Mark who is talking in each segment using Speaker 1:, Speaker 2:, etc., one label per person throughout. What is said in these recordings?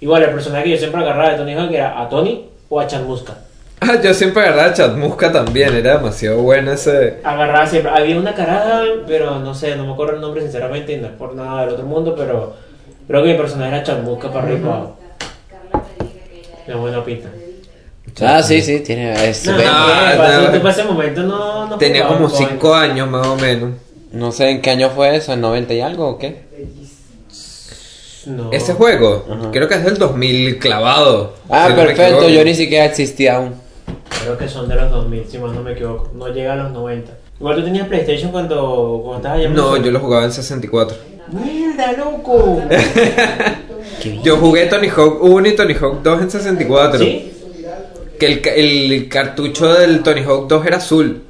Speaker 1: Igual el personaje que yo siempre agarraba de Tony Hawk era a Tony o a Chad Muska.
Speaker 2: Ah, yo siempre agarraba a Chatmusca también, era demasiado buena ese.
Speaker 1: Agarraba siempre. Había una caraja, pero no sé, no me acuerdo el nombre sinceramente y no es por nada del otro mundo, pero creo que mi personaje era Chad Muska para arriba. y para abajo. De buena pinta.
Speaker 3: Ah, sí, sí, tiene. es-
Speaker 1: No,
Speaker 3: ve-
Speaker 1: no,
Speaker 2: Ah,
Speaker 1: eh, para-
Speaker 2: no.
Speaker 1: tú para ese momento no, no
Speaker 2: Tenía
Speaker 1: jugaba
Speaker 2: como
Speaker 1: con-
Speaker 2: 5 años más o menos.
Speaker 3: No sé en qué año fue eso, en 90 y algo o qué.
Speaker 1: No.
Speaker 2: Ese juego,
Speaker 3: Ajá.
Speaker 2: creo que es del 2000 clavado.
Speaker 3: Ah,
Speaker 2: si no me
Speaker 3: perfecto,
Speaker 2: equivoco.
Speaker 3: yo ni siquiera existía aún.
Speaker 1: Creo que son de los 2000, si más no me equivoco. No llega a los 90. Igual tú tenías PlayStation cuando, cuando estabas allá en
Speaker 2: No, yo
Speaker 1: Venezuela.
Speaker 2: lo jugaba en 64.
Speaker 1: ¡Mierda, loco!
Speaker 2: Yo jugué Tony Hawk 1 y Tony Hawk 2 en 64.
Speaker 1: ¿Sí?
Speaker 2: Que el, ca- el cartucho del Tony Hawk 2 era azul.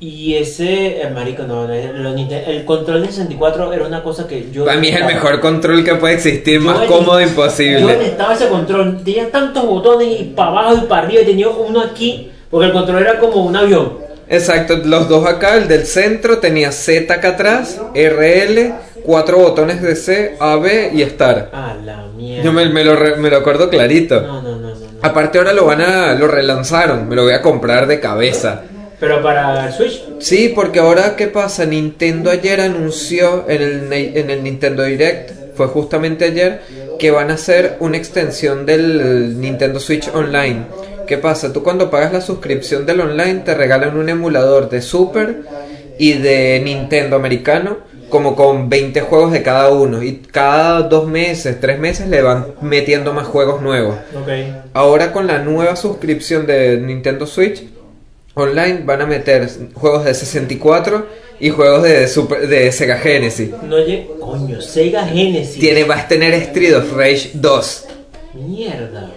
Speaker 1: Y ese, el marico, no, el, los Ninte- el control de 64 era una cosa que yo...
Speaker 2: Para mí es el
Speaker 1: detestaba.
Speaker 2: mejor control que puede existir,
Speaker 1: Yo
Speaker 2: más
Speaker 1: detest-
Speaker 2: cómodo
Speaker 1: Yo
Speaker 2: imposible.
Speaker 1: detestaba ese control, tenía tantos botones y para abajo y para arriba y tenía uno aquí, porque el control era como un avión.
Speaker 2: Exacto, los dos acá, el del centro tenía Z acá atrás, RL, cuatro botones de C, A, B y Start.
Speaker 1: A la mierda.
Speaker 2: Yo me, me lo, re- me lo acuerdo clarito.
Speaker 1: No, no, no, no, no.
Speaker 2: Aparte ahora lo van a, lo relanzaron, me lo voy a comprar de cabeza.
Speaker 1: Pero para el Switch,
Speaker 2: Sí, porque ahora, ¿qué pasa? Nintendo ayer anunció en el, Ni- en el Nintendo Direct, fue justamente ayer, que van a hacer una extensión del Nintendo Switch Online. ¿Qué pasa? Tú cuando pagas la suscripción del online te regalan un emulador de Super y de Nintendo americano, como con 20 juegos de cada uno. Y cada dos meses, tres meses le van metiendo más juegos nuevos.
Speaker 1: ok.
Speaker 2: Ahora con la nueva suscripción de Nintendo Switch Online van a meter juegos de 64 y juegos de, Super- de Sega Genesis.
Speaker 1: No llega. Coño, Sega Genesis.
Speaker 2: Tiene, vas a tener Street of Rage 2.
Speaker 1: Mierda.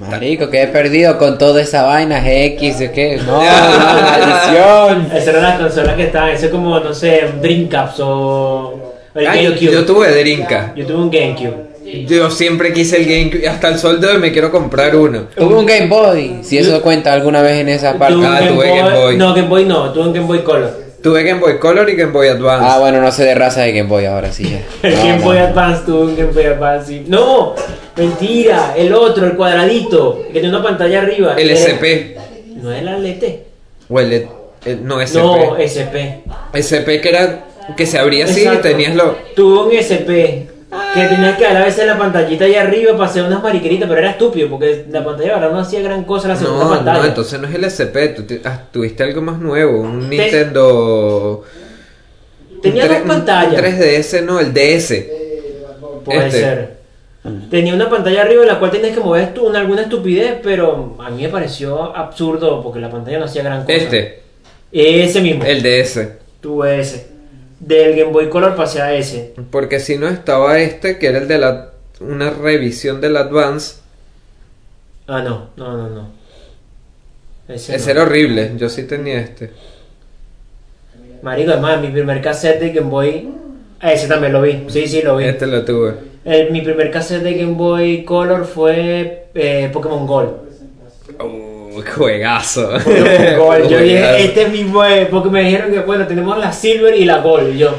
Speaker 3: Marico, que he perdido con toda esa vaina, X, ¿de ¿qué? No, no, maldición.
Speaker 1: Esas eran las consolas que estaban. Eso es como, no sé, Dreamcast o. El
Speaker 2: Ah, yo,
Speaker 1: GameCube.
Speaker 2: yo tuve Drinka.
Speaker 1: Yo tuve un GameCube.
Speaker 2: Yo siempre quise el GameCube. Hasta el sol de hoy me quiero comprar uno.
Speaker 3: Tuve un Game Boy, si eso cuenta alguna vez en esa parte.
Speaker 1: Tuve un
Speaker 2: Ah, tuve Game Boy.
Speaker 1: No, Game Boy no. Tuve un Game Boy Color.
Speaker 2: Tuve Game Boy Color y Game Boy Advance.
Speaker 3: Ah, bueno, no sé de raza de Game Boy ahora sí ya.
Speaker 1: El
Speaker 3: No,
Speaker 1: Game
Speaker 3: no.
Speaker 1: Boy Advance, tuve un Game Boy Advance. sí. No, mentira. El otro, el cuadradito. Que tiene una pantalla arriba.
Speaker 2: el
Speaker 1: Era-
Speaker 2: SP.
Speaker 1: No era el LT.
Speaker 2: O el, el- no, SP.
Speaker 1: No, SP.
Speaker 2: SP que era que se abría así y
Speaker 1: Exacto.
Speaker 2: tenías lo.
Speaker 1: Tuve un SP que tenías que dar a veces la pantallita allá arriba para hacer unas mariqueritas, pero era estúpido porque la pantalla ahora no hacía gran cosa la segunda
Speaker 2: No,
Speaker 1: pantalla.
Speaker 2: no, entonces no es el SP, tú ti- ah, tuviste algo más nuevo, un
Speaker 1: Te-
Speaker 2: Nintendo...
Speaker 1: Tenía
Speaker 2: un
Speaker 1: dos
Speaker 2: tre- un
Speaker 1: pantallas.
Speaker 2: 3DS, no, el DS.
Speaker 1: Puede
Speaker 2: este.
Speaker 1: ser. Tenía una pantalla arriba en la cual tenías que mover tú una- alguna estupidez, pero a mí me pareció absurdo porque la pantalla no hacía gran cosa.
Speaker 2: Este,
Speaker 1: Ese mismo.
Speaker 2: el DS.
Speaker 1: Tuve ese. Del Game Boy Color pasé a ese.
Speaker 2: Porque si no estaba este, que era el de la... una revisión del Advance.
Speaker 1: Ah, no, no, no, no. Ese,
Speaker 2: Ese
Speaker 1: no.
Speaker 2: era horrible, yo sí tenía este.
Speaker 1: Marico, además, mi primer cassette de Game Boy. Ese también lo vi. Sí, sí, lo vi.
Speaker 2: Este lo tuve.
Speaker 1: El- mi primer cassette de Game Boy Color fue eh, Pokémon Gold.
Speaker 2: Oh, juegazo.
Speaker 1: Pokémon Gold. Yo
Speaker 2: Juegazo.
Speaker 1: dije, este es mi bue- porque me dijeron que bueno, tenemos la Silver y la Gold. Y yo,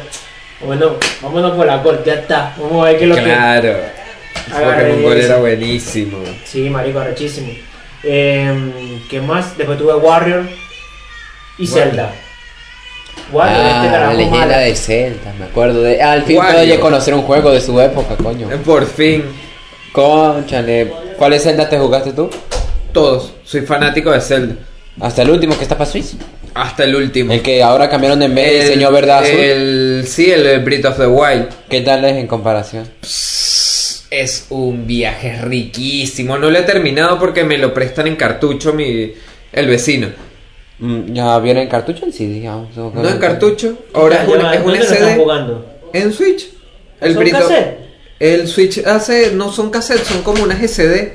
Speaker 1: bueno, vámonos por la Gold, ya está. Vamos a ver qué es lo
Speaker 2: Claro.
Speaker 1: Agarré
Speaker 2: Pokémon Gold
Speaker 1: ese.
Speaker 2: era buenísimo.
Speaker 1: que. Sí, marico, arrechísimo. Em, ¿Qué más? Después tuve Warrior y Zelda. Warrior, este
Speaker 3: Ah, la
Speaker 1: carajo
Speaker 3: leyenda
Speaker 1: malo.
Speaker 3: de Zelda, me acuerdo de. Al fin
Speaker 2: Wario.
Speaker 3: puedo ya conocer un juego de su época, coño.
Speaker 1: Em.
Speaker 2: Por fin.
Speaker 3: Conchale, ¿cuáles Zelda te jugaste tú?
Speaker 2: Todos. Soy fanático de Zelda.
Speaker 3: Hasta el último que está para Switch.
Speaker 2: Hasta el último.
Speaker 3: El que ahora cambiaron de mes,
Speaker 2: El-
Speaker 3: diseñó verdad azul.
Speaker 2: El, sí, el, Breath of the Wild.
Speaker 3: ¿Qué tal es en comparación?
Speaker 2: Es un viaje riquísimo. No lo he terminado porque me lo prestan en cartucho mi, el vecino.
Speaker 3: Mm, ¿Ya viene en cartucho en CD? digamos?
Speaker 2: No en cartucho, ahora es
Speaker 1: Ya
Speaker 2: un,
Speaker 1: va,
Speaker 2: es un
Speaker 1: ¿dónde lo están
Speaker 2: SD.
Speaker 1: jugando?
Speaker 2: En Switch.
Speaker 1: ¿Son
Speaker 2: Breath of-
Speaker 1: cassette?
Speaker 2: El Switch hace, no son cassettes, son como unas SD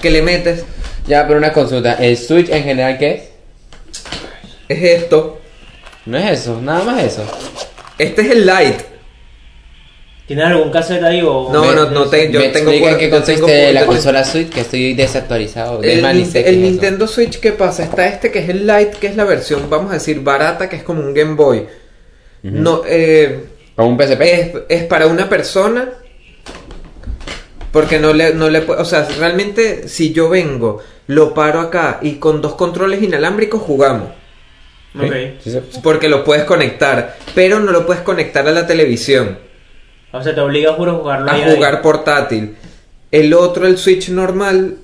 Speaker 2: que le metes.
Speaker 3: Ya, pero una consulta. ¿El Switch en general qué es?
Speaker 2: Es esto.
Speaker 3: No es eso, nada más eso.
Speaker 2: Este es el Lite.
Speaker 1: ¿Tienes algún cassette ahí o.?
Speaker 2: No,
Speaker 3: Me-
Speaker 2: no, no te- yo
Speaker 3: ¿Me
Speaker 2: tengo
Speaker 3: explica en
Speaker 2: cuatro-
Speaker 3: qué
Speaker 2: yo
Speaker 3: consiste
Speaker 2: tengo-
Speaker 3: la
Speaker 2: yo te-
Speaker 3: consola Switch? Que estoy desactualizado. de
Speaker 2: El,
Speaker 3: más ni
Speaker 2: Nin-
Speaker 3: sé qué
Speaker 2: el
Speaker 3: es eso.
Speaker 2: Nintendo Switch, ¿qué pasa? Está este que es el Lite, que es la versión, vamos a decir, barata, que es como un Game Boy. No, eh,
Speaker 3: Como un PSP.
Speaker 2: es, es para una persona Porque no le, no le pu- O sea, realmente, si yo vengo, lo paro acá y con dos controles inalámbricos jugamos.
Speaker 1: Ok.
Speaker 3: Sí, sí.
Speaker 2: Porque lo puedes conectar, pero no lo puedes conectar a la televisión.
Speaker 1: O sea, te obliga juro a jugarlo ahí,
Speaker 2: a
Speaker 1: ahí.
Speaker 2: jugar portátil. El otro, el Switch normal,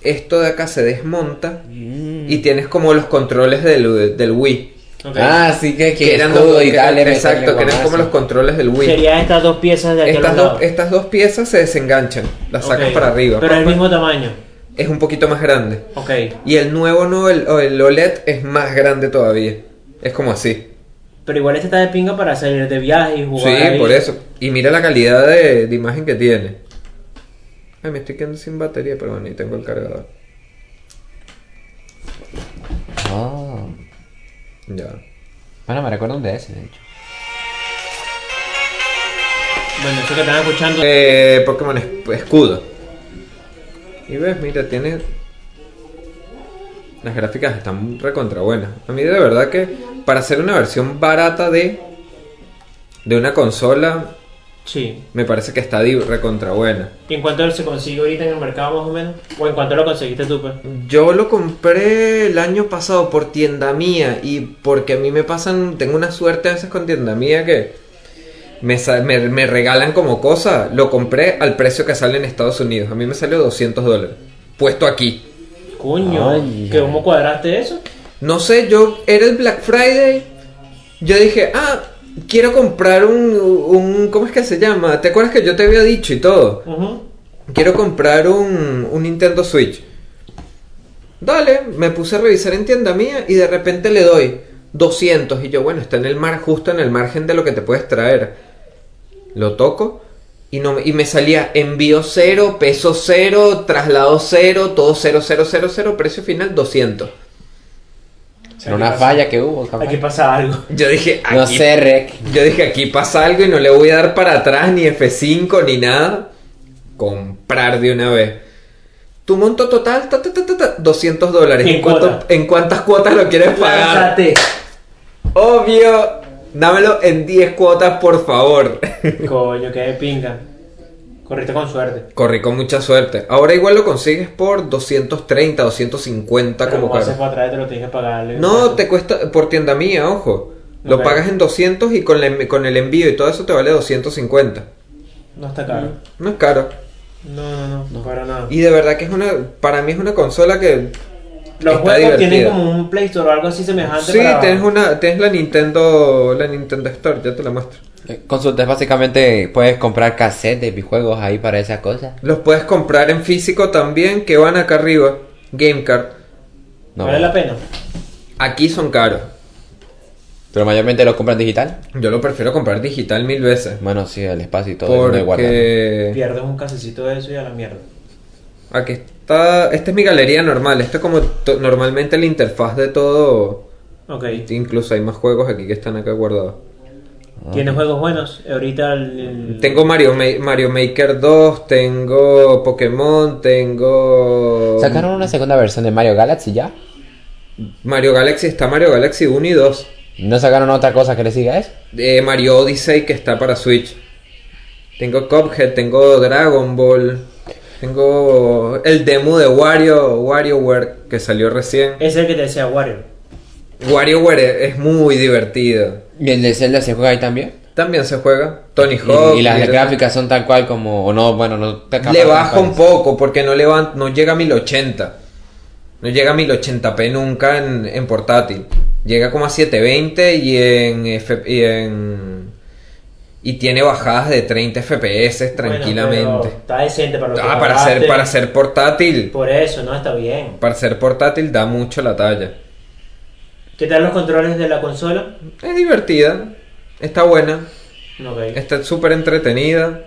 Speaker 2: esto de acá se desmonta y
Speaker 3: Mm.
Speaker 2: tienes como los controles del, del Wii.
Speaker 1: Ok.
Speaker 3: Ah, sí que, que
Speaker 2: Que eran
Speaker 3: escudo
Speaker 2: dos-
Speaker 3: y
Speaker 2: que-
Speaker 3: dale.
Speaker 2: exacto, que eran como los controles del Wii.
Speaker 1: Sería estas dos piezas de aquel
Speaker 2: Estas
Speaker 1: lado.
Speaker 2: dos, estas dos piezas se desenganchan, las sacas
Speaker 1: Ok.
Speaker 2: para arriba. Pues,
Speaker 1: Pero es el mismo tamaño.
Speaker 2: Es un poquito más grande.
Speaker 1: Ok.
Speaker 2: Y el nuevo no, el, o el OLED es más grande todavía. Es como así.
Speaker 1: Pero igual este está de pinga para salir de viaje y jugar.
Speaker 2: Sí,
Speaker 1: ahí.
Speaker 2: por eso. Y mira la calidad de, de imagen que tiene. Ay, me estoy quedando sin batería, pero bueno, y tengo el cargador.
Speaker 3: Ah.
Speaker 2: Ya.
Speaker 3: Bueno, me recuerdo un DS, de hecho.
Speaker 1: Bueno, eso que están escuchando.
Speaker 2: Eh, Pokémon es- Escudo. Y ves, mira, tiene. Las gráficas están recontra buenas. A mí, de verdad, que para hacer una versión barata de. de una consola,
Speaker 1: Sí.
Speaker 2: me parece que está di- recontra buena.
Speaker 1: ¿Y en cuánto se consigue ahorita en el mercado más o menos? ¿O en cuánto lo conseguiste tú? Pues?
Speaker 2: Yo lo compré el año pasado por tienda mía y porque a mí me pasan, tengo una suerte a veces con tienda mía que me, sa- me, me regalan como cosa. Lo compré al precio que sale en Estados Unidos. A mí me salió 200 dólares. Puesto aquí.
Speaker 1: Coño,
Speaker 3: Ay,
Speaker 1: ¿que
Speaker 3: ay.
Speaker 1: ¿cómo cuadraste eso?
Speaker 2: No sé, yo era el Black Friday. Yo dije, ah, quiero comprar un, un ¿cómo es que se llama? ¿Te acuerdas que yo te había dicho y todo?
Speaker 1: Ujú.
Speaker 2: Quiero comprar un, un Nintendo Switch. Dale, me puse a revisar en tienda mía y de repente le doy 200 y yo, bueno, está en el mar justo en el margen de lo que te puedes traer. Lo toco y no me- y me salía envío cero, peso cero, traslado cero, todo cero, cero, cero, cero, precio final 200.
Speaker 3: Será una falla que hubo, capaz.
Speaker 1: Aquí pasa algo.
Speaker 2: Yo dije,
Speaker 3: No
Speaker 2: aquí-
Speaker 3: sé, Rek.
Speaker 2: Yo dije, aquí pasa algo y no le voy a dar para atrás ni F5 ni nada. Comprar de una vez. Tu monto total, ta, ta, ta, ta, ta, 200 dólares.
Speaker 1: En
Speaker 2: ¿En, cuánto-
Speaker 1: cuota.
Speaker 2: en cuántas cuotas lo quieres pagar?
Speaker 1: Lánzate.
Speaker 2: Obvio. Dámelo en 10 cuotas, por favor.
Speaker 1: Coño, que de pinga. Corriste con suerte.
Speaker 2: Corrí con mucha suerte. Ahora igual lo consigues por 230, 250
Speaker 1: Pero
Speaker 2: como
Speaker 1: como haces
Speaker 2: caro.
Speaker 1: para atrás, te lo tienes que pagar.
Speaker 2: No, te cuesta por tienda mía, ojo. Lo
Speaker 1: Ok.
Speaker 2: pagas en 200 y con, la envi- con el envío y todo eso te vale 250.
Speaker 1: No está caro.
Speaker 2: No es caro. Mm.
Speaker 1: No, no, no, para nada.
Speaker 2: Y de verdad que es una, para mí es una consola que
Speaker 1: Los
Speaker 2: está
Speaker 1: juegos tienen
Speaker 2: divertida.
Speaker 1: como un Play Store o algo así semejante.
Speaker 2: Sí,
Speaker 1: para-
Speaker 2: tienes una, tienes la Nintendo, la Nintendo Store, ya te la muestro.
Speaker 3: Eh, Consultas, básicamente puedes comprar cassettes de videojuegos ahí para esas cosas.
Speaker 2: Los puedes comprar en físico también, que van acá arriba, GameCard.
Speaker 3: No.
Speaker 1: ¿Vale la pena?
Speaker 2: Aquí son caros.
Speaker 3: Pero mayormente los compran digital.
Speaker 2: Yo lo prefiero comprar digital mil veces.
Speaker 3: Bueno, sí, el espacio y todo. uno de guardar.
Speaker 2: Porque
Speaker 1: Pierdes un casecito de eso y a la mierda.
Speaker 2: aquí está, esta es mi galería normal, esto es como to- normalmente la interfaz de todo.
Speaker 1: Ok.
Speaker 2: Incluso hay más juegos aquí que están acá guardados.
Speaker 1: ¿Tienes juegos buenos? Ahorita el... el-
Speaker 2: Tengo Mario, Ma- Mario Maker 2, tengo Pokémon, tengo...
Speaker 3: Sacaron una segunda versión de Mario Galaxy ya.
Speaker 2: Mario Galaxy está Mario Galaxy 1 y 2.
Speaker 3: No sacaron otra cosa que le siga a eso.
Speaker 2: Eh, Mario Odyssey que está para Switch. Tengo Cuphead, tengo Dragon Ball. Tengo el demo de Wario, WarioWare que salió recién.
Speaker 1: Es el que te decía Wario.
Speaker 2: WarioWare es, es muy divertido.
Speaker 3: Y el de Zelda se juega ahí también.
Speaker 2: También se juega. Tony
Speaker 3: Y-
Speaker 2: Hawk.
Speaker 3: y, las
Speaker 2: mira.
Speaker 3: gráficas son tal cual como. O no, bueno, no te
Speaker 2: Le baja un poco porque no, levan- no llega a 1080. No llega a 1080p nunca en, en portátil. Llega como a 720 y en, F- y en- y tiene bajadas de 30 FPS tranquilamente.
Speaker 1: Bueno, pero está decente para lo que
Speaker 2: Ah, para
Speaker 1: pagaste.
Speaker 2: ser, para ser portátil.
Speaker 1: Por eso, no, está bien.
Speaker 2: Para ser portátil da mucho la talla.
Speaker 1: ¿Qué tal los controles de la consola?
Speaker 2: Es divertida. Está buena.
Speaker 1: Ok.
Speaker 2: Está súper entretenida.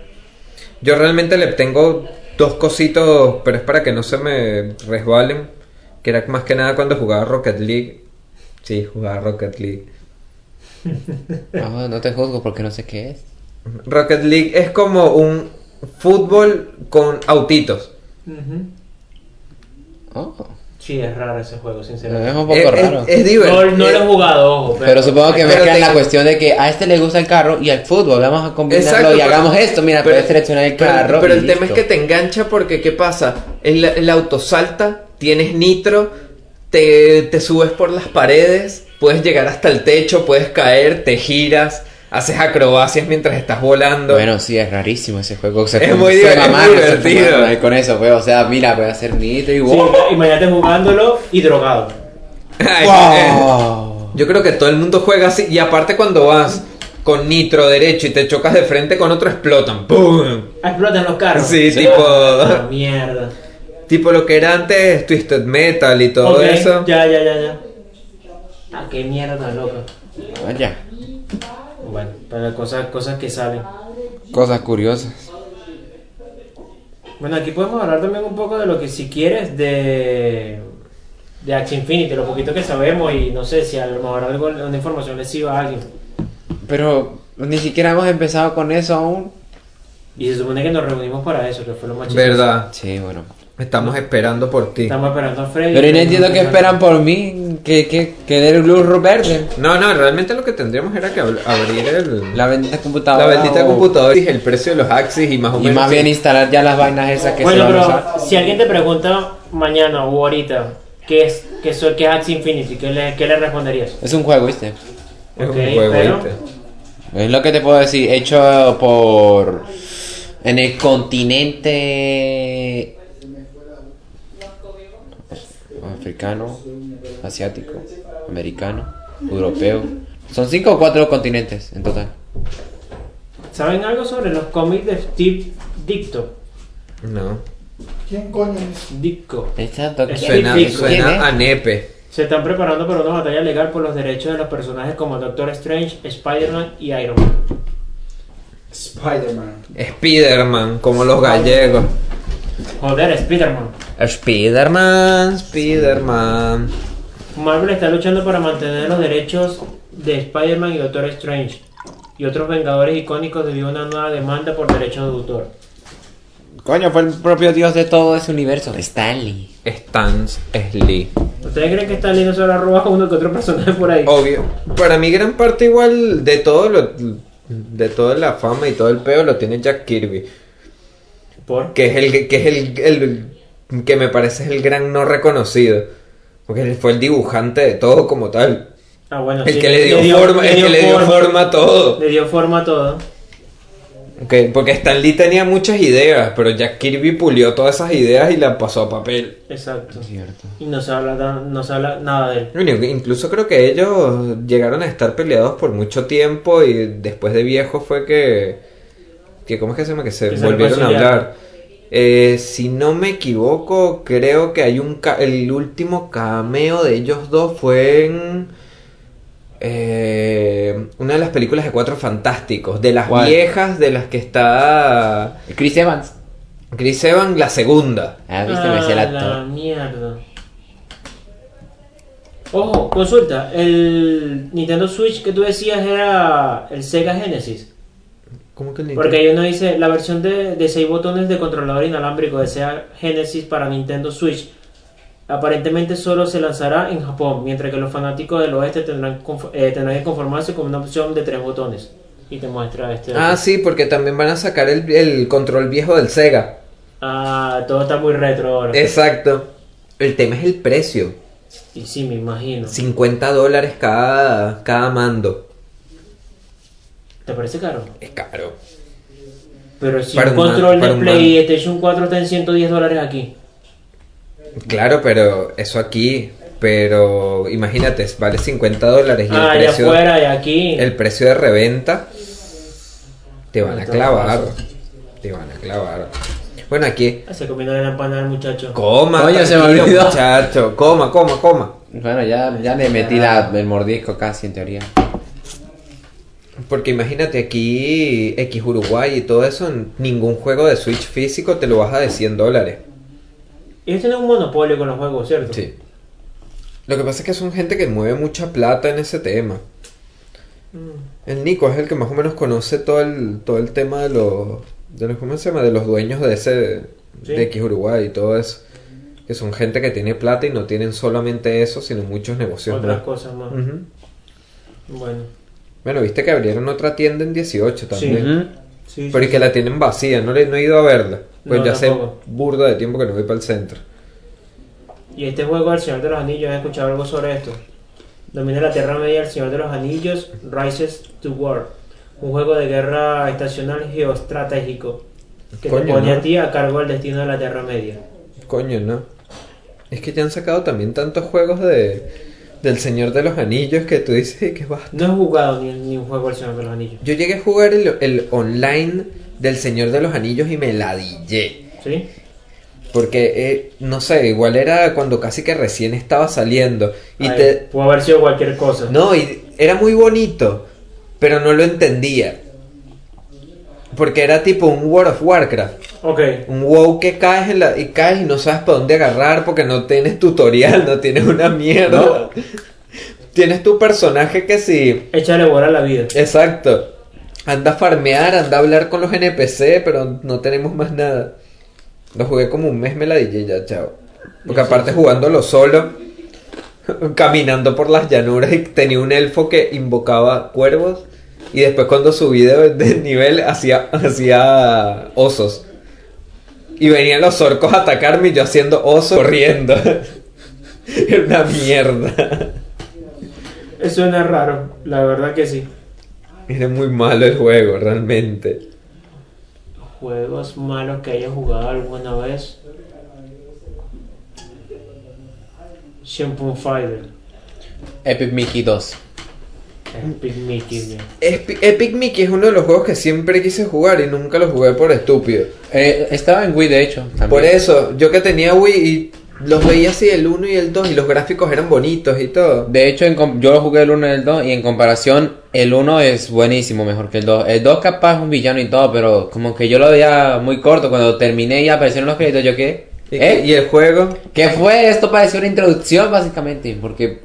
Speaker 2: Yo realmente le tengo dos cositos, pero es para que no se me resbalen. Que era más que nada cuando jugaba Rocket League. Sí, jugaba Rocket League.
Speaker 3: Ah, No, no te juzgo porque no sé qué es.
Speaker 2: Rocket League es como un fútbol con autitos.
Speaker 1: Ujú.
Speaker 3: Oh.
Speaker 1: Sí, es raro ese juego,
Speaker 3: Es un
Speaker 1: sinceramente.
Speaker 3: poco
Speaker 2: Es,
Speaker 3: raro.
Speaker 2: es- es
Speaker 1: No,
Speaker 2: divertido.
Speaker 1: no lo he jugado, ojo.
Speaker 3: Pero supongo que
Speaker 2: pero
Speaker 3: mezclan
Speaker 2: tengo-
Speaker 3: la cuestión de que a este le gusta el carro y al fútbol. Vamos a combinarlo
Speaker 2: Exacto,
Speaker 3: y
Speaker 2: pero-
Speaker 3: hagamos esto. Mira,
Speaker 2: pero-
Speaker 3: puedes seleccionar el
Speaker 2: pero-
Speaker 3: carro.
Speaker 2: Pero
Speaker 3: y
Speaker 2: el tema es
Speaker 3: listo.
Speaker 2: que te engancha porque, ¿qué pasa? El, el auto salta, tienes nitro, te, te subes por las paredes, puedes llegar hasta el techo, puedes caer, te giras, haces acrobacias mientras estás volando.
Speaker 3: Bueno, sí, es rarísimo ese juego. O sea,
Speaker 2: Es
Speaker 3: como
Speaker 2: muy
Speaker 3: se
Speaker 2: diver- es
Speaker 3: mamaron,
Speaker 2: muy
Speaker 3: se
Speaker 2: divertido.
Speaker 3: fumaron Con eso, pues, o sea, mira, voy a hacer mi hito y
Speaker 1: Sí,
Speaker 3: wow.
Speaker 1: imagínate jugándolo y drogado.
Speaker 2: Ay, eh,
Speaker 3: Wow.
Speaker 2: yo creo que todo el mundo juega así. Y aparte, cuando vas con nitro derecho y te chocas de frente con otro, explotan. ¡Pum!
Speaker 1: Ah, Explotan los carros.
Speaker 2: Sí, tipo-
Speaker 1: Ah, mierda.
Speaker 2: Tipo lo que era antes Twisted Metal y todo
Speaker 1: Ok,
Speaker 2: eso.
Speaker 1: Ya, ya, ya, ya. Ah, qué mierda tan loca.
Speaker 3: Vaya,
Speaker 1: Bueno, para cosas, cosas que saben.
Speaker 3: cosas curiosas.
Speaker 1: Bueno, aquí podemos hablar también un poco de lo que si quieres de de Axie Infinity, lo poquito que sabemos y no sé si a lo mejor algo, una información les sirva a alguien.
Speaker 3: Pero ni siquiera hemos empezado con eso aún.
Speaker 1: Y se supone que nos reunimos para eso, que fue lo más chido.
Speaker 2: Verdad.
Speaker 3: Sí, bueno.
Speaker 2: Estamos esperando por ti.
Speaker 1: Estamos esperando a Freddy.
Speaker 3: Pero yo no entiendo que esperan por mí, que, que, que dé luz verde.
Speaker 2: No, no, realmente lo que tendríamos era que ab- abrir el, la,
Speaker 3: La bendita computadora.
Speaker 2: bendita
Speaker 3: o-
Speaker 2: computadora y el precio de los axis y más o
Speaker 3: Y
Speaker 2: menos.
Speaker 3: más bien instalar ya las vainas esas que
Speaker 1: Bueno,
Speaker 3: se van a
Speaker 1: pero
Speaker 3: usar.
Speaker 1: si alguien te pregunta mañana o ahorita qué es, qué es, qué es Axie Infinity, ¿qué le, qué le responderías?
Speaker 3: Es un juego, ¿viste?
Speaker 2: Es
Speaker 1: Ok,
Speaker 2: un juego,
Speaker 1: pero-
Speaker 2: ¿viste?
Speaker 3: Es lo que te puedo decir, hecho por... En el continente... Africano, asiático, americano, europeo. Son cinco o cuatro continentes en total.
Speaker 1: ¿Saben algo sobre los cómics de Steve Dicto?
Speaker 2: No.
Speaker 4: ¿Quién coño es?
Speaker 1: Dicko.
Speaker 3: Exacto. ¿quién-
Speaker 2: Suena,
Speaker 1: ¿Quién
Speaker 3: es?
Speaker 2: suena a nepe.
Speaker 1: Se están preparando para una batalla legal por los derechos de los personajes como Doctor Strange, Spider-Man y Iron Man.
Speaker 4: Spider-Man.
Speaker 2: Spiderman, como los gallegos.
Speaker 1: Joder, Spider-Man.
Speaker 2: Spiderman, Spiderman.
Speaker 1: Marvel está luchando para mantener los derechos de Spider-Man y Doctor Strange y otros Vengadores icónicos debido a una nueva demanda por derechos de autor.
Speaker 3: Coño, fue el propio dios de todo ese universo. Stanley.
Speaker 2: Stans Lee.
Speaker 1: ¿Ustedes creen que Stanley no se habrá robado uno que otro personaje por ahí?
Speaker 2: Obvio. Para mí gran parte igual de todo lo, de toda la fama y todo el peo lo tiene Jack Kirby.
Speaker 1: ¿Por?
Speaker 2: que es el que, que es el, el- que me parece es el gran no reconocido porque él fue el dibujante de todo como tal
Speaker 1: Ah, bueno,
Speaker 2: el
Speaker 1: sí,
Speaker 2: que le dio, forma el que le dio forma a todo
Speaker 1: Le dio forma a todo.
Speaker 2: Ok, porque Stan Lee tenía muchas ideas pero Jack Kirby pulió todas esas ideas y las pasó a papel
Speaker 1: Exacto.
Speaker 3: Cierto.
Speaker 1: Y no se habla, tan- no se habla nada de él.
Speaker 2: Bueno, incluso creo que ellos llegaron a estar peleados por mucho tiempo y después de viejo fue que, que ¿cómo es que se llama? Que se
Speaker 1: Que se
Speaker 2: volvieron a
Speaker 1: reconciliaron.
Speaker 2: hablar. Eh, si no me equivoco, creo que hay un ca- el último cameo de ellos dos fue en eh, una de las películas de Cuatro Fantásticos, de las
Speaker 3: ¿Cuál?
Speaker 2: viejas, de las que está
Speaker 3: Chris Evans.
Speaker 2: Chris Evans, la segunda.
Speaker 3: Ah, viste, me decía el
Speaker 1: Ah, la
Speaker 3: actor.
Speaker 1: mierda. Ojo, consulta. El Nintendo Switch que tú decías era el Sega Genesis.
Speaker 2: ¿Cómo que el
Speaker 1: Porque ahí uno dice, la versión de, de 6 botones de controlador inalámbrico de Sega Genesis para Nintendo Switch aparentemente solo se lanzará en Japón, mientras que los fanáticos del oeste tendrán, confo- eh, tendrán que conformarse con una opción de 3 botones. Y te muestra este...
Speaker 2: Ah, sí, porque también van a sacar el, el control viejo del Sega.
Speaker 1: Ah, todo está muy retro ahora.
Speaker 2: Exacto. El tema es el precio.
Speaker 1: Y sí, me imagino.
Speaker 2: 50 dólares cada, cada mando.
Speaker 1: ¿Te parece caro?
Speaker 2: Es caro.
Speaker 1: Pero si
Speaker 2: Para
Speaker 1: un
Speaker 2: un man-
Speaker 1: control
Speaker 2: para
Speaker 1: de
Speaker 2: un
Speaker 1: PlayStation 4 está en 110 dólares aquí.
Speaker 2: Claro, pero eso aquí. Pero imagínate, vale 50 dólares y
Speaker 1: Ah,
Speaker 2: el,
Speaker 1: allá
Speaker 2: precio,
Speaker 1: afuera y aquí.
Speaker 2: el precio de reventa te van a
Speaker 1: Entonces,
Speaker 2: clavar. Te van a clavar. Bueno, aquí.
Speaker 1: Ah, Se comió la empanada el muchacho.
Speaker 2: Coma,
Speaker 3: Coño, se me
Speaker 2: tranquilo,
Speaker 3: olvidó.
Speaker 2: muchacho. Coma, coma, coma.
Speaker 3: Bueno, ya, ya le metí la, el mordisco casi en teoría.
Speaker 2: Porque imagínate aquí, X Uruguay y todo eso, n- ningún juego de Switch físico te lo baja de 100 dólares.
Speaker 1: Ellos tienen este un monopolio con los juegos, ¿cierto?
Speaker 2: Lo que pasa es que son gente que mueve mucha plata en ese tema.
Speaker 1: Mm.
Speaker 2: El Nico es el que más o menos conoce todo el, todo el tema de los, de los. ¿Cómo se llama? De los dueños de ese.
Speaker 1: Sí.
Speaker 2: de X Uruguay y todo eso. que son gente que tiene plata y no tienen solamente eso, sino muchos negocios
Speaker 1: Otras
Speaker 2: más.
Speaker 1: cosas más.
Speaker 2: Ujú.
Speaker 1: Bueno,
Speaker 2: Bueno, viste que abrieron otra tienda en 18 también.
Speaker 1: Sí. sí.
Speaker 2: Pero y que la tienen vacía, no, le, no he ido a verla. Pues
Speaker 1: No,
Speaker 2: ya hace
Speaker 1: tampoco.
Speaker 2: burda de tiempo que no voy para el centro.
Speaker 1: Y este juego del Señor de los Anillos, ¿has escuchado algo sobre esto? Domina la Tierra Media el Señor de los Anillos, Rises to War. Un juego de guerra estacional geoestratégico que te
Speaker 2: Coño,
Speaker 1: pone
Speaker 2: ¿no?
Speaker 1: a ti a cargo del destino de la Tierra Media.
Speaker 2: Coño, no. Es que ya han sacado también tantos juegos de del Señor de los Anillos que tú dices que basta.
Speaker 1: No he jugado ni, ni un juego del Señor de los Anillos.
Speaker 2: Yo llegué a jugar el, el online del Señor de los Anillos y me ladillé.
Speaker 1: ¿Sí?
Speaker 2: Porque, eh, no sé, igual era cuando casi que recién estaba saliendo. Y
Speaker 1: Ay,
Speaker 2: te,
Speaker 1: Pudo haber sido cualquier cosa.
Speaker 2: No, y era muy bonito, pero no lo entendía. Porque era tipo un World of Warcraft.
Speaker 1: Ok.
Speaker 2: Pues, Un WoW que caes en la, y caes y no sabes para dónde agarrar porque no tienes tutorial, no tienes una mierda. Tienes tu personaje que sí.
Speaker 1: Échale bola a la vida.
Speaker 2: Exacto. Anda a farmear, anda a hablar con los NPC, pero no tenemos más nada. Lo jugué como un mes, me la dije ya, chao. Porque aparte jugándolo solo, caminando por las llanuras y tenía un elfo que invocaba cuervos. Y después cuando subí de, de nivel hacía, hacía osos. Y venían los orcos a atacarme y yo haciendo oso corriendo. Era una mierda.
Speaker 1: Eso suena raro, la verdad que sí.
Speaker 2: Era muy malo el juego, realmente.
Speaker 1: Juegos malos que haya jugado alguna vez. Shampoo Fighter.
Speaker 3: Epic Mickey 2.
Speaker 1: Epic Mickey. man.
Speaker 2: Espi- Epic Mickey es uno de los juegos que siempre quise jugar y nunca lo jugué por estúpido.
Speaker 3: Eh, estaba en Wii, de hecho. también.
Speaker 2: Por eso, yo que tenía Wii y los veía así el 1 y el 2 y los gráficos eran bonitos y todo.
Speaker 3: De hecho, en com- yo lo jugué el 1 y el 2 y en comparación el 1 es buenísimo, mejor que el 2. El 2 capaz es un villano y todo, pero como que yo lo veía muy corto. Cuando terminé y aparecieron los créditos, yo qué...
Speaker 2: Y,
Speaker 3: ¿Eh?
Speaker 2: y el juego,
Speaker 3: ¿Qué fue? Esto pareció una introducción, básicamente, porque...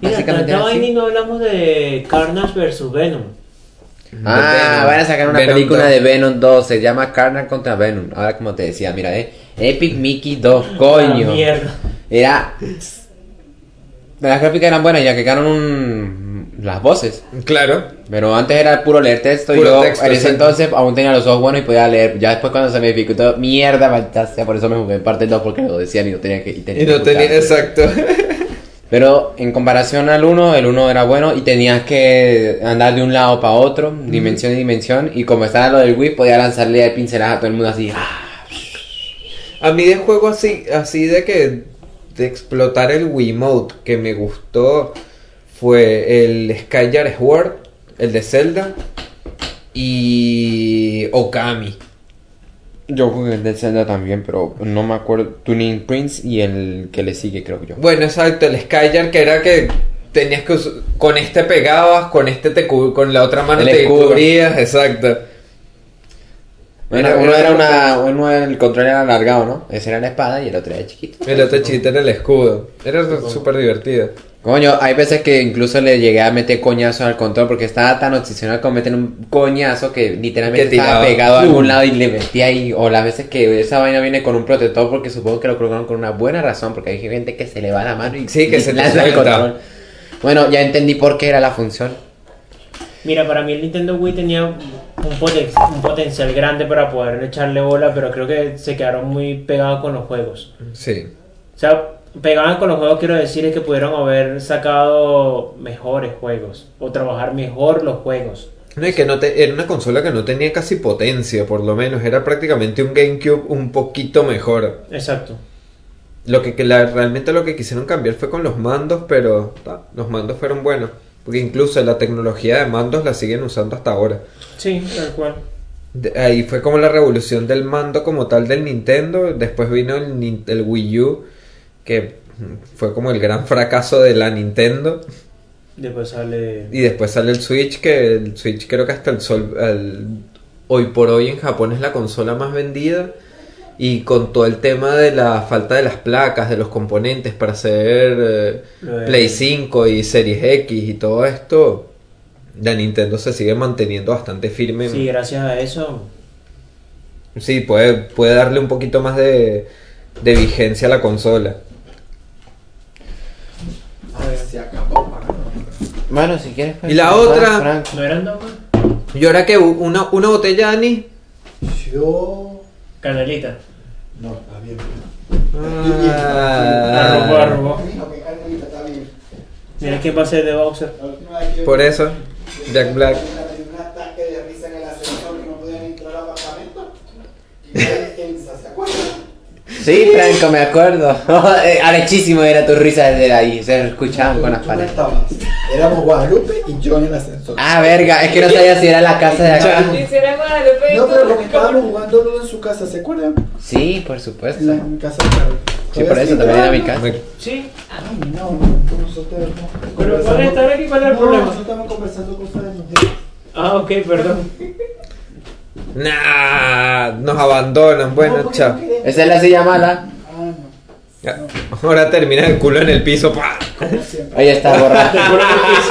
Speaker 1: Mira, tanta
Speaker 3: Básicamente era así.
Speaker 1: vaina y no hablamos de Carnage vs Venom.
Speaker 3: Ah,
Speaker 2: Venom.
Speaker 3: van a sacar una
Speaker 2: Venom
Speaker 3: película
Speaker 2: 2.
Speaker 3: de Venom 2, se llama Carnage contra Venom. Ahora como te decía, mira, eh, Epic Mickey 2,
Speaker 1: La
Speaker 3: coño.
Speaker 1: mierda.
Speaker 3: Era las gráficas eran buenas, ya que ganaron un- las voces.
Speaker 2: claro.
Speaker 3: Pero antes era puro leer texto y
Speaker 2: Puro
Speaker 3: yo
Speaker 2: texto,
Speaker 3: en ese
Speaker 2: sí.
Speaker 3: entonces aún tenía los ojos buenos y podía leer. Ya después cuando se me dificultó, mierda, fantasía, por eso me jugué en parte 2 porque lo decían y no tenía que y tenía
Speaker 2: Y no
Speaker 3: que
Speaker 2: tenía,
Speaker 3: buscar.
Speaker 2: exacto.
Speaker 3: Pero en comparación al 1, el 1 era bueno y tenías que andar de un lado para otro, dimensión y dimensión. Y como estaba lo del Wii, podía lanzarle pinceladas a todo el mundo así. ¡ah!
Speaker 2: A mí de juego así, así de que de explotar el Wiimote que me gustó fue el Skyward Sword, el de Zelda y Okami.
Speaker 3: Yo jugué el de Zelda también, pero no me acuerdo. Tuning Prince y el que le sigue, creo yo.
Speaker 2: Bueno, exacto, el Skyjar que era que tenías que us- con este pegabas, con este te cu- con la otra mano
Speaker 3: El
Speaker 2: te
Speaker 3: escudo.
Speaker 2: cubrías, exacto.
Speaker 3: Bueno, uno era una. Uno el control era alargado, ¿no? Ese era la espada y el otro era chiquito.
Speaker 2: El otro chiste era el escudo. Era súper divertido.
Speaker 3: Coño, hay veces que incluso le llegué a meter coñazos al control porque estaba tan obsesionado con meter un coñazo que literalmente
Speaker 2: Que
Speaker 3: estaba
Speaker 2: tiraba.
Speaker 3: pegado a algún
Speaker 2: ¡Pum!
Speaker 3: lado y le metía ahí. O las veces que esa vaina viene con un protector porque supongo que lo colocaron con una buena razón porque hay gente que se le va la mano y
Speaker 2: Sí, que
Speaker 3: y
Speaker 2: se te
Speaker 3: lanza el
Speaker 2: suelta.
Speaker 3: control. Bueno, ya entendí por qué era la función.
Speaker 1: Mira, para mí el Nintendo Wii tenía un, poten- un potencial grande para poder echarle bola, pero creo que se quedaron muy pegados con los juegos.
Speaker 2: Sí.
Speaker 1: O sea, pegaban con los juegos, quiero decir, es que pudieron haber sacado mejores juegos o trabajar mejor los juegos.
Speaker 2: No, y que no te, era una consola que no tenía casi potencia, por lo menos. Era prácticamente un GameCube un poquito mejor.
Speaker 1: Exacto.
Speaker 2: Lo que, que la- realmente lo que quisieron cambiar fue con los mandos, pero ta, los mandos fueron buenos. Porque incluso la tecnología de mandos la siguen usando hasta ahora.
Speaker 1: Sí, tal cual.
Speaker 2: De- ahí fue como la revolución del mando como tal del Nintendo. Después vino el, Nin- el Wii U, que mm, fue como el gran fracaso de la Nintendo.
Speaker 1: Después sale...
Speaker 2: Y después sale el Switch, que el Switch creo que hasta el sol, el- hoy por hoy en Japón es la consola más vendida. Y con todo el tema de la falta de las placas, de los componentes para hacer eh,
Speaker 1: Lo de-
Speaker 2: Play 5 y Series X y todo esto, la Nintendo se sigue manteniendo bastante firme.
Speaker 1: Sí, gracias a eso.
Speaker 2: Sí, puede, puede darle un poquito más de, de vigencia a la consola.
Speaker 4: Se acabó, mano.
Speaker 3: Bueno, si quieres. pues,
Speaker 2: Y la
Speaker 3: Frank,
Speaker 2: otra-
Speaker 3: Frank.
Speaker 1: ¿No eran dos, man?
Speaker 2: ¿Y ahora que ¿Una, una botella de anís?
Speaker 4: Yo.
Speaker 1: Canelita.
Speaker 4: No, está bien.
Speaker 2: Ah,
Speaker 1: Arrobó, arrobó.
Speaker 4: Dijo que Carmelita está bien.
Speaker 1: Mira quién va a ser de Bowser.
Speaker 4: La última vez que yo-
Speaker 2: Por eso, Jack Black.
Speaker 4: Carmelita me dio un ataque de risa en el ascensor que no podían entrar al apartamento. Y nadie piensa, ¿se acuerdan?
Speaker 3: Sí, Franco, me acuerdo. Eh, Arrechísimo era tu risa desde ahí. Se escuchaban con las
Speaker 4: Tú no
Speaker 3: paredes.
Speaker 4: estabas. Éramos Guadalupe y yo en el ascensor.
Speaker 3: Ah, verga, es que no sabía si era la casa de acá.
Speaker 2: Chao.
Speaker 5: Hiciera Guadalupe y
Speaker 4: No,
Speaker 5: tú-
Speaker 4: pero porque estábamos jugando Ludo en su casa, ¿se acuerdan?
Speaker 3: Sí, Ah. por supuesto.
Speaker 4: En la en casa de Carlos.
Speaker 3: Sí, por eso también era mi casa.
Speaker 2: me-
Speaker 1: Sí,
Speaker 4: Ay, no, no, nosotros
Speaker 1: pero ¿cuál es estar aquí? ¿Cuál es el
Speaker 4: problema?
Speaker 1: problema?
Speaker 4: Nosotros estamos conversando cosas de mujeres.
Speaker 1: Ah, ok, perdón.
Speaker 2: Nah, nos abandonan. Bueno, chao.
Speaker 3: Esa es la silla mala.
Speaker 4: Ah, no,
Speaker 2: Ya, Ahora termina el culo en el piso. ¡pah!
Speaker 4: como siempre.
Speaker 3: Ahí está borracho.
Speaker 1: Te juro que lo hice.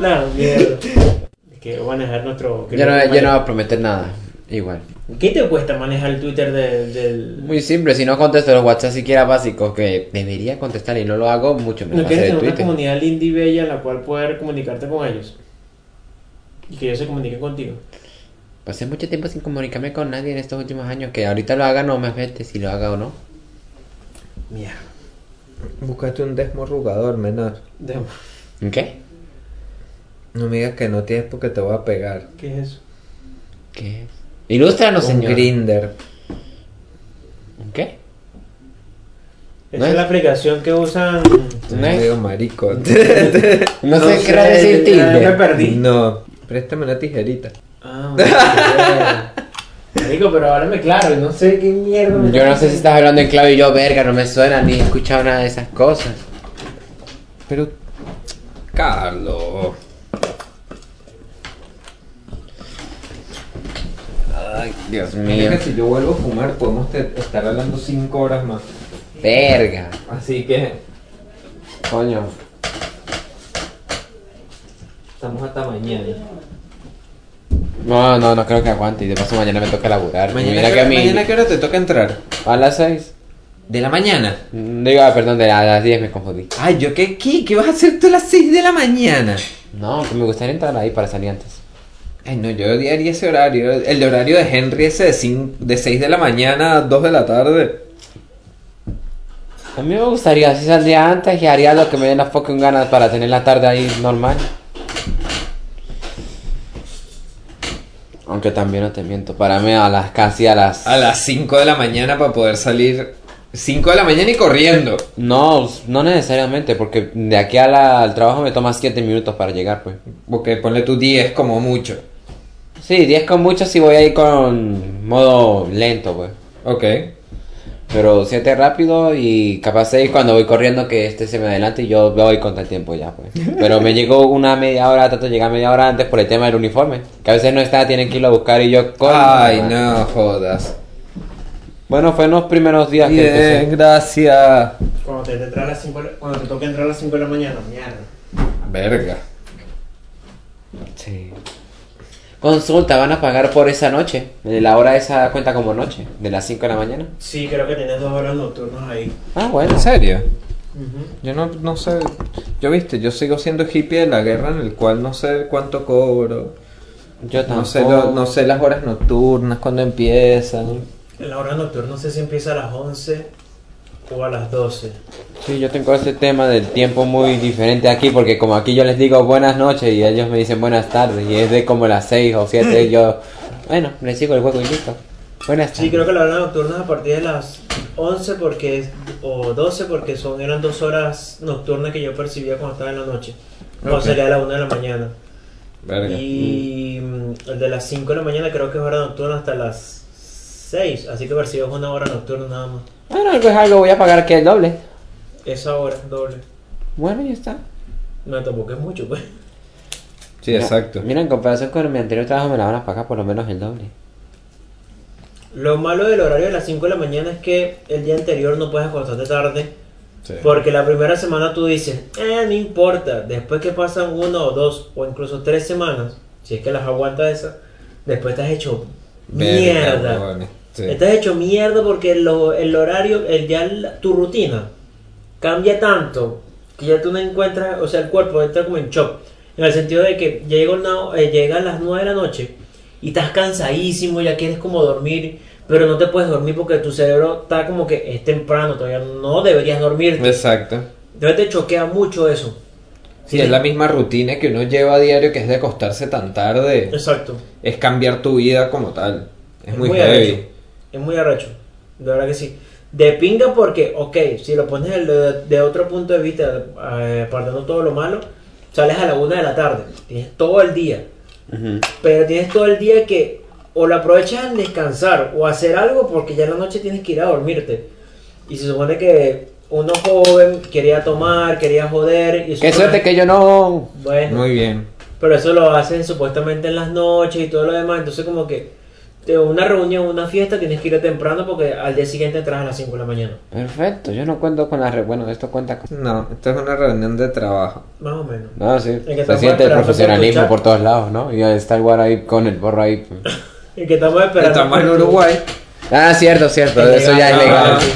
Speaker 1: Nah, mierda. Es que voy a manejar nuestro.
Speaker 3: Yo no, yo no voy a prometer nada. Igual.
Speaker 1: ¿Qué te cuesta manejar el Twitter del. del...
Speaker 3: Muy simple, si no contesto los WhatsApp siquiera básicos que debería contestar y no lo hago, mucho
Speaker 1: ¿No
Speaker 3: menos
Speaker 1: quieres
Speaker 3: hacer
Speaker 1: tener
Speaker 3: el
Speaker 1: una
Speaker 3: Twitter.
Speaker 1: comunidad linda y bella en la cual poder comunicarte con ellos? Y que ellos se comuniquen contigo.
Speaker 3: Pasé mucho tiempo sin comunicarme con nadie en estos últimos años, que ahorita lo haga no me afecte si lo haga o no.
Speaker 1: Mierda.
Speaker 2: Búscate un desmorrugador menor.
Speaker 3: ¿Qué?
Speaker 2: No me digas que no tienes porque te voy a pegar.
Speaker 1: ¿Qué es eso?
Speaker 3: ¿Qué es? Ilústranos,
Speaker 2: un
Speaker 3: señor.
Speaker 2: grinder.
Speaker 3: ¿Qué?
Speaker 1: Esa
Speaker 3: No
Speaker 1: es
Speaker 3: es-
Speaker 1: la aplicación que usan.
Speaker 3: No
Speaker 2: Me
Speaker 3: es-
Speaker 2: digo marico.
Speaker 3: No, sé qué era
Speaker 1: sé,
Speaker 3: decir
Speaker 1: ya Me
Speaker 3: Tinder.
Speaker 1: perdí.
Speaker 2: no, préstame una tijerita.
Speaker 1: Ah, bueno. Marico, pero háblame claro, no sé qué mierda. me-
Speaker 3: Yo no sé si estás hablando en clave y yo, verga, no me suena ni he escuchado nada de esas cosas.
Speaker 2: Pero. Carlos.
Speaker 3: Ay, Dios mío.
Speaker 2: Mira que si yo vuelvo a fumar podemos te- estar hablando 5 horas más.
Speaker 3: Verga.
Speaker 2: Así que
Speaker 3: Coño.
Speaker 2: estamos hasta mañana.
Speaker 3: No, no, no creo que aguante. Y de paso mañana me toca laburar.
Speaker 2: Mañana,
Speaker 3: Mira
Speaker 2: qué
Speaker 3: que a
Speaker 2: hora-
Speaker 3: mí...
Speaker 2: mañana qué hora te toca entrar.
Speaker 3: A las 6.
Speaker 2: De la mañana.
Speaker 3: Digo, ah, perdón, de la- a las 10 me confundí.
Speaker 2: Ay, yo qué, qué, qué vas a hacer tú a las 6 de la mañana.
Speaker 3: No, que me gustaría entrar ahí para salir antes.
Speaker 2: Ay, no, yo odiaría ese horario. El de horario de Henry ese de, cin- de 6 de la mañana a 2 de la tarde.
Speaker 3: A mí me gustaría, así saldría antes y haría lo que me den las fucking ganas para tener la tarde ahí normal. Aunque también no te miento, para mí a las casi a las...
Speaker 2: A las 5 de la mañana para poder salir 5 de la mañana y corriendo.
Speaker 3: No, no necesariamente, porque de aquí a la- al trabajo me toma 7 minutos para llegar, pues.
Speaker 2: Porque ponle tú 10 como mucho.
Speaker 3: Sí, 10 con mucho si voy ahí con modo lento, pues.
Speaker 2: Ok.
Speaker 3: Pero 7 rápido y capaz 6 cuando voy corriendo que este se me adelante y yo voy contra el tiempo ya, pues. Pero me llegó una media hora, trato de llegar media hora antes por el tema del uniforme. Que a veces no está, tienen que irlo a buscar y yo... coño,
Speaker 2: Ay,
Speaker 3: madre.
Speaker 2: no jodas.
Speaker 3: Bueno, fue en los primeros días que
Speaker 2: Bien,
Speaker 3: empecé.
Speaker 2: gracias.
Speaker 1: Cuando te, te entrar a las cinco de la- cuando te toca entrar a las 5 de la mañana, mierda.
Speaker 2: Verga.
Speaker 3: Sí. Consulta, ¿van a pagar por esa noche? La hora esa cuenta como noche, de las 5 de la mañana.
Speaker 1: Sí, creo que tienes dos horas nocturnas ahí.
Speaker 3: Ah, bueno.
Speaker 2: ¿En serio?
Speaker 1: Ujú.
Speaker 2: Yo no, no sé. Yo viste, yo sigo siendo hippie de la guerra en el cual no sé cuánto cobro.
Speaker 3: Yo tampoco.
Speaker 2: No sé, lo- no sé las horas nocturnas, cuándo empiezan.
Speaker 1: La hora nocturna no sé si empieza a las 11 o a las 12.
Speaker 3: Sí, yo tengo ese tema del tiempo muy diferente aquí, porque como aquí yo les digo buenas noches y ellos me dicen buenas tardes, y es de como las 6 o 7, yo, bueno, les sigo el juego y listo. Buenas tardes.
Speaker 1: Sí, creo que la hora nocturna es a partir de las 11 porque es- o 12 porque son eran dos horas nocturnas que yo percibía cuando estaba en la noche. O
Speaker 2: Ok.
Speaker 1: sería la 1 de la mañana.
Speaker 2: Verga.
Speaker 1: Y mm, el de las 5 de la mañana creo que es hora nocturna hasta las 6. Así que percibes una hora nocturna nada más.
Speaker 3: Bueno, algo es algo, voy a pagar que el doble.
Speaker 1: Esa hora es doble.
Speaker 3: Bueno, ya está.
Speaker 1: No, tampoco es mucho, pues.
Speaker 2: Sí,
Speaker 3: Mira-
Speaker 2: exacto.
Speaker 3: Mira, en comparación con mi anterior trabajo me la van a pagar por lo menos el doble.
Speaker 1: Lo malo del horario de las 5 de la mañana es que el día anterior no puedes acostarte tarde.
Speaker 2: Sí.
Speaker 1: Porque la primera semana tú dices, eh, no importa. Después que pasan una o dos o incluso tres semanas, si es que las aguantas esas, después te has hecho
Speaker 2: Verga,
Speaker 1: mierda.
Speaker 2: huevones.
Speaker 3: Sí.
Speaker 1: Estás hecho mierda porque lo- el horario, el, ya el- tu rutina cambia tanto que ya tú no encuentras, o sea, el cuerpo entra como en shock. En el sentido de que llega una- eh, llega a las 9 de la noche y estás cansadísimo, ya quieres como dormir, pero no te puedes dormir porque tu cerebro está como que es temprano, todavía no deberías dormir.
Speaker 2: Exacto.
Speaker 1: Entonces te choquea mucho eso.
Speaker 2: Sí, es la misma rutina que uno lleva a diario, que es de acostarse tan tarde.
Speaker 1: Exacto.
Speaker 2: Es cambiar tu vida como tal. Es muy,
Speaker 1: arrecho.
Speaker 2: heavy.
Speaker 1: Es muy arrecho. De verdad que sí. De pinga porque, ok, si lo pones el- de, otro punto de vista, eh, apartando todo lo malo, sales a la una de la tarde. Tienes todo el día.
Speaker 3: Ujú.
Speaker 1: Pero tienes todo el día que o lo aprovechas en descansar o hacer algo porque ya en la noche tienes que ir a dormirte. Y se supone que uno joven quería tomar, quería joder. Y
Speaker 3: Qué suerte que yo no.
Speaker 1: Bueno.
Speaker 2: Muy bien.
Speaker 1: Pero eso lo hacen supuestamente en las noches y todo lo demás. Entonces, como que de una reunión, una fiesta, tienes que ir temprano porque al día siguiente entras a las 5 de la mañana.
Speaker 3: Perfecto, yo no cuento con la re... Bueno, esto cuenta con.
Speaker 2: No, esto es una reunión de trabajo.
Speaker 1: Más o menos.
Speaker 3: No, sí.
Speaker 1: que
Speaker 3: Se
Speaker 1: estamos
Speaker 3: siente el
Speaker 1: esperando por
Speaker 3: profesionalismo
Speaker 1: tu
Speaker 3: por
Speaker 1: chat.
Speaker 3: todos lados, ¿no? Y está el guaro ahí con el borro ahí.
Speaker 1: Y que estamos esperando.
Speaker 2: Estamos
Speaker 1: por
Speaker 2: en
Speaker 1: tu-
Speaker 2: Uruguay.
Speaker 3: Ah, cierto, cierto.
Speaker 1: Es
Speaker 3: Eso ya
Speaker 1: legal,
Speaker 3: es
Speaker 2: no,
Speaker 3: legal.
Speaker 2: no,
Speaker 1: sí.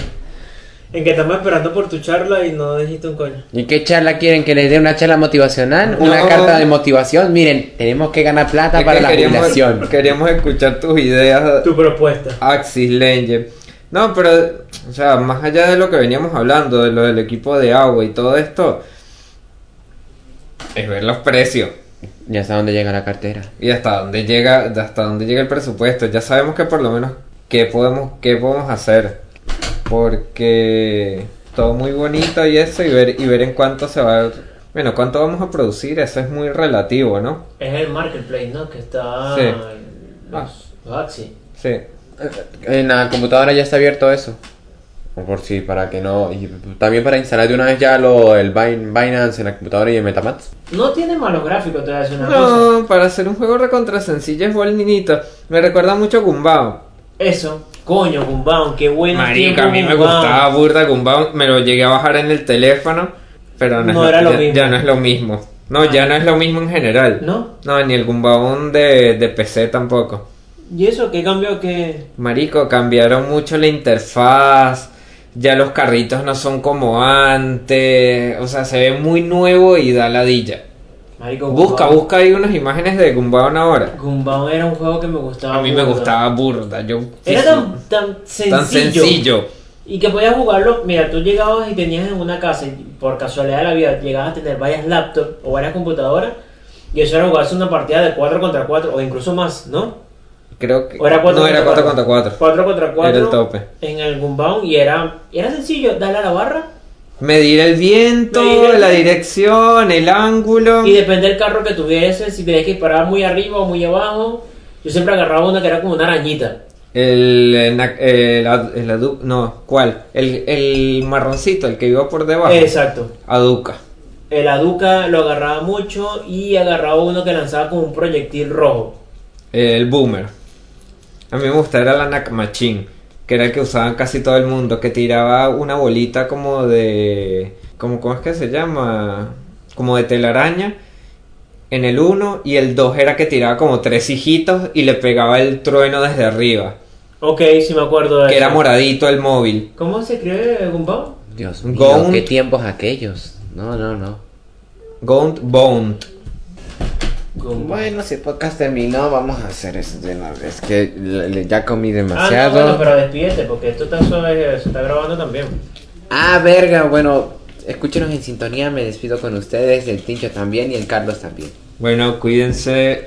Speaker 1: En que estamos esperando por tu charla y no dijiste un coño.
Speaker 3: ¿Y qué charla quieren? ¿Que les dé una charla motivacional? ¿Una
Speaker 2: No.
Speaker 3: carta de motivación? Miren, tenemos que ganar plata
Speaker 2: Es
Speaker 3: para
Speaker 2: que
Speaker 3: la jubilación.
Speaker 2: queríamos escuchar tus ideas.
Speaker 1: Tu propuesta.
Speaker 2: Axis Langer. No, pero, o sea, más allá de lo que veníamos hablando, de lo del equipo de agua y todo esto, es ver los precios
Speaker 3: ¿Y hasta dónde llega la cartera?
Speaker 2: y hasta dónde llega, hasta dónde llega el presupuesto. Ya sabemos que por lo menos qué podemos, qué podemos hacer, porque todo muy bonito y eso y ver y ver en cuánto se va, a- bueno, cuánto vamos a producir, eso es muy relativo, ¿no?
Speaker 1: Es el marketplace, ¿no? Que está.
Speaker 2: Sí.
Speaker 1: Los, los Axi.
Speaker 2: Sí.
Speaker 3: En la computadora ya está abierto eso. Por si, para que no. Y también para instalar de una vez ya lo, el Bin- Binance en la computadora y el MetaMask.
Speaker 1: No tiene malos gráficos, te voy a decir una cosa.
Speaker 2: No, para hacer un juego recontra sencillo es bonito. Me recuerda mucho a Gumbao.
Speaker 1: Eso. Coño, Gumbaum, qué bueno.
Speaker 2: Marica, a mí me gustaba burda Gumbao, me lo llegué a bajar en el teléfono, pero no, es
Speaker 1: No era lo
Speaker 2: ya,
Speaker 1: mismo.
Speaker 2: ya no es lo mismo. No, ya no es lo mismo en general.
Speaker 1: ¿No?
Speaker 2: ni el Gumbao de, de PC tampoco.
Speaker 1: ¿Y eso qué cambió que.?
Speaker 2: Marico, cambiaron mucho la interfaz, ya los carritos no son como antes, o sea, se ve muy nuevo y da ladilla.
Speaker 1: Marico,
Speaker 2: Busca,
Speaker 1: Gumbao.
Speaker 2: busca ahí unas imágenes de Gumbao ahora.
Speaker 1: Gumbao era un juego que me gustaba.
Speaker 2: A mí me
Speaker 1: burda.
Speaker 2: gustaba burda, yo
Speaker 1: Era tan, tan sencillo.
Speaker 2: tan sencillo.
Speaker 1: Y que podías jugarlo. Mira, tú llegabas y tenías en una casa, y por casualidad de la vida, llegabas a tener varias laptops o varias computadoras. Y eso era jugarse una partida de 4 contra 4 o incluso más, ¿no?
Speaker 2: Creo que
Speaker 1: O era 4
Speaker 2: no era 4 contra 4.
Speaker 1: 4 contra 4.
Speaker 2: Era el tope.
Speaker 1: En el Gumbaum y era, era sencillo, dale a la barra
Speaker 2: Medir el viento,
Speaker 1: Medir el
Speaker 2: la
Speaker 1: viento.
Speaker 2: dirección, el ángulo.
Speaker 1: y depende del carro que tuvieses, si tenías que disparar muy arriba o muy abajo. Yo siempre agarraba una que era como una arañita.
Speaker 2: El, el, el ad- el adu- no, ¿cuál? El, el marroncito, el que iba por debajo.
Speaker 1: Exacto.
Speaker 2: Aduca.
Speaker 1: El Aduca lo agarraba mucho y agarraba uno que lanzaba como un proyectil rojo.
Speaker 2: El boomer. A mí me gustaba era la Nakmachin, que era el que usaban casi todo el mundo, que tiraba una bolita como de. Como, ¿Cómo es que se llama? Como de telaraña en el 1 y el 2 era que tiraba como tres hijitos y le pegaba el trueno desde arriba,
Speaker 1: Ok, sí me acuerdo de
Speaker 2: que era
Speaker 1: eso.
Speaker 2: moradito el móvil.
Speaker 1: ¿Cómo se escribe Gumbao?
Speaker 3: Dios
Speaker 2: mío,
Speaker 3: mío,
Speaker 2: Gone. qué
Speaker 3: qué tiempos aquellos. No, no, no.
Speaker 2: Gaunt Bound.
Speaker 1: Gumbao. Ah,
Speaker 3: Bueno, si el podcast terminó, vamos a hacer eso de una vez. Que le- le- ya comí
Speaker 1: Ah,
Speaker 3: demasiado.
Speaker 1: no, bueno, pero despídete porque esto está suave, se está grabando también.
Speaker 3: Ah, verga, bueno, escúchenos en sintonía, me despido con ustedes, el Tincho también y el Carlos también.
Speaker 2: Bueno, cuídense.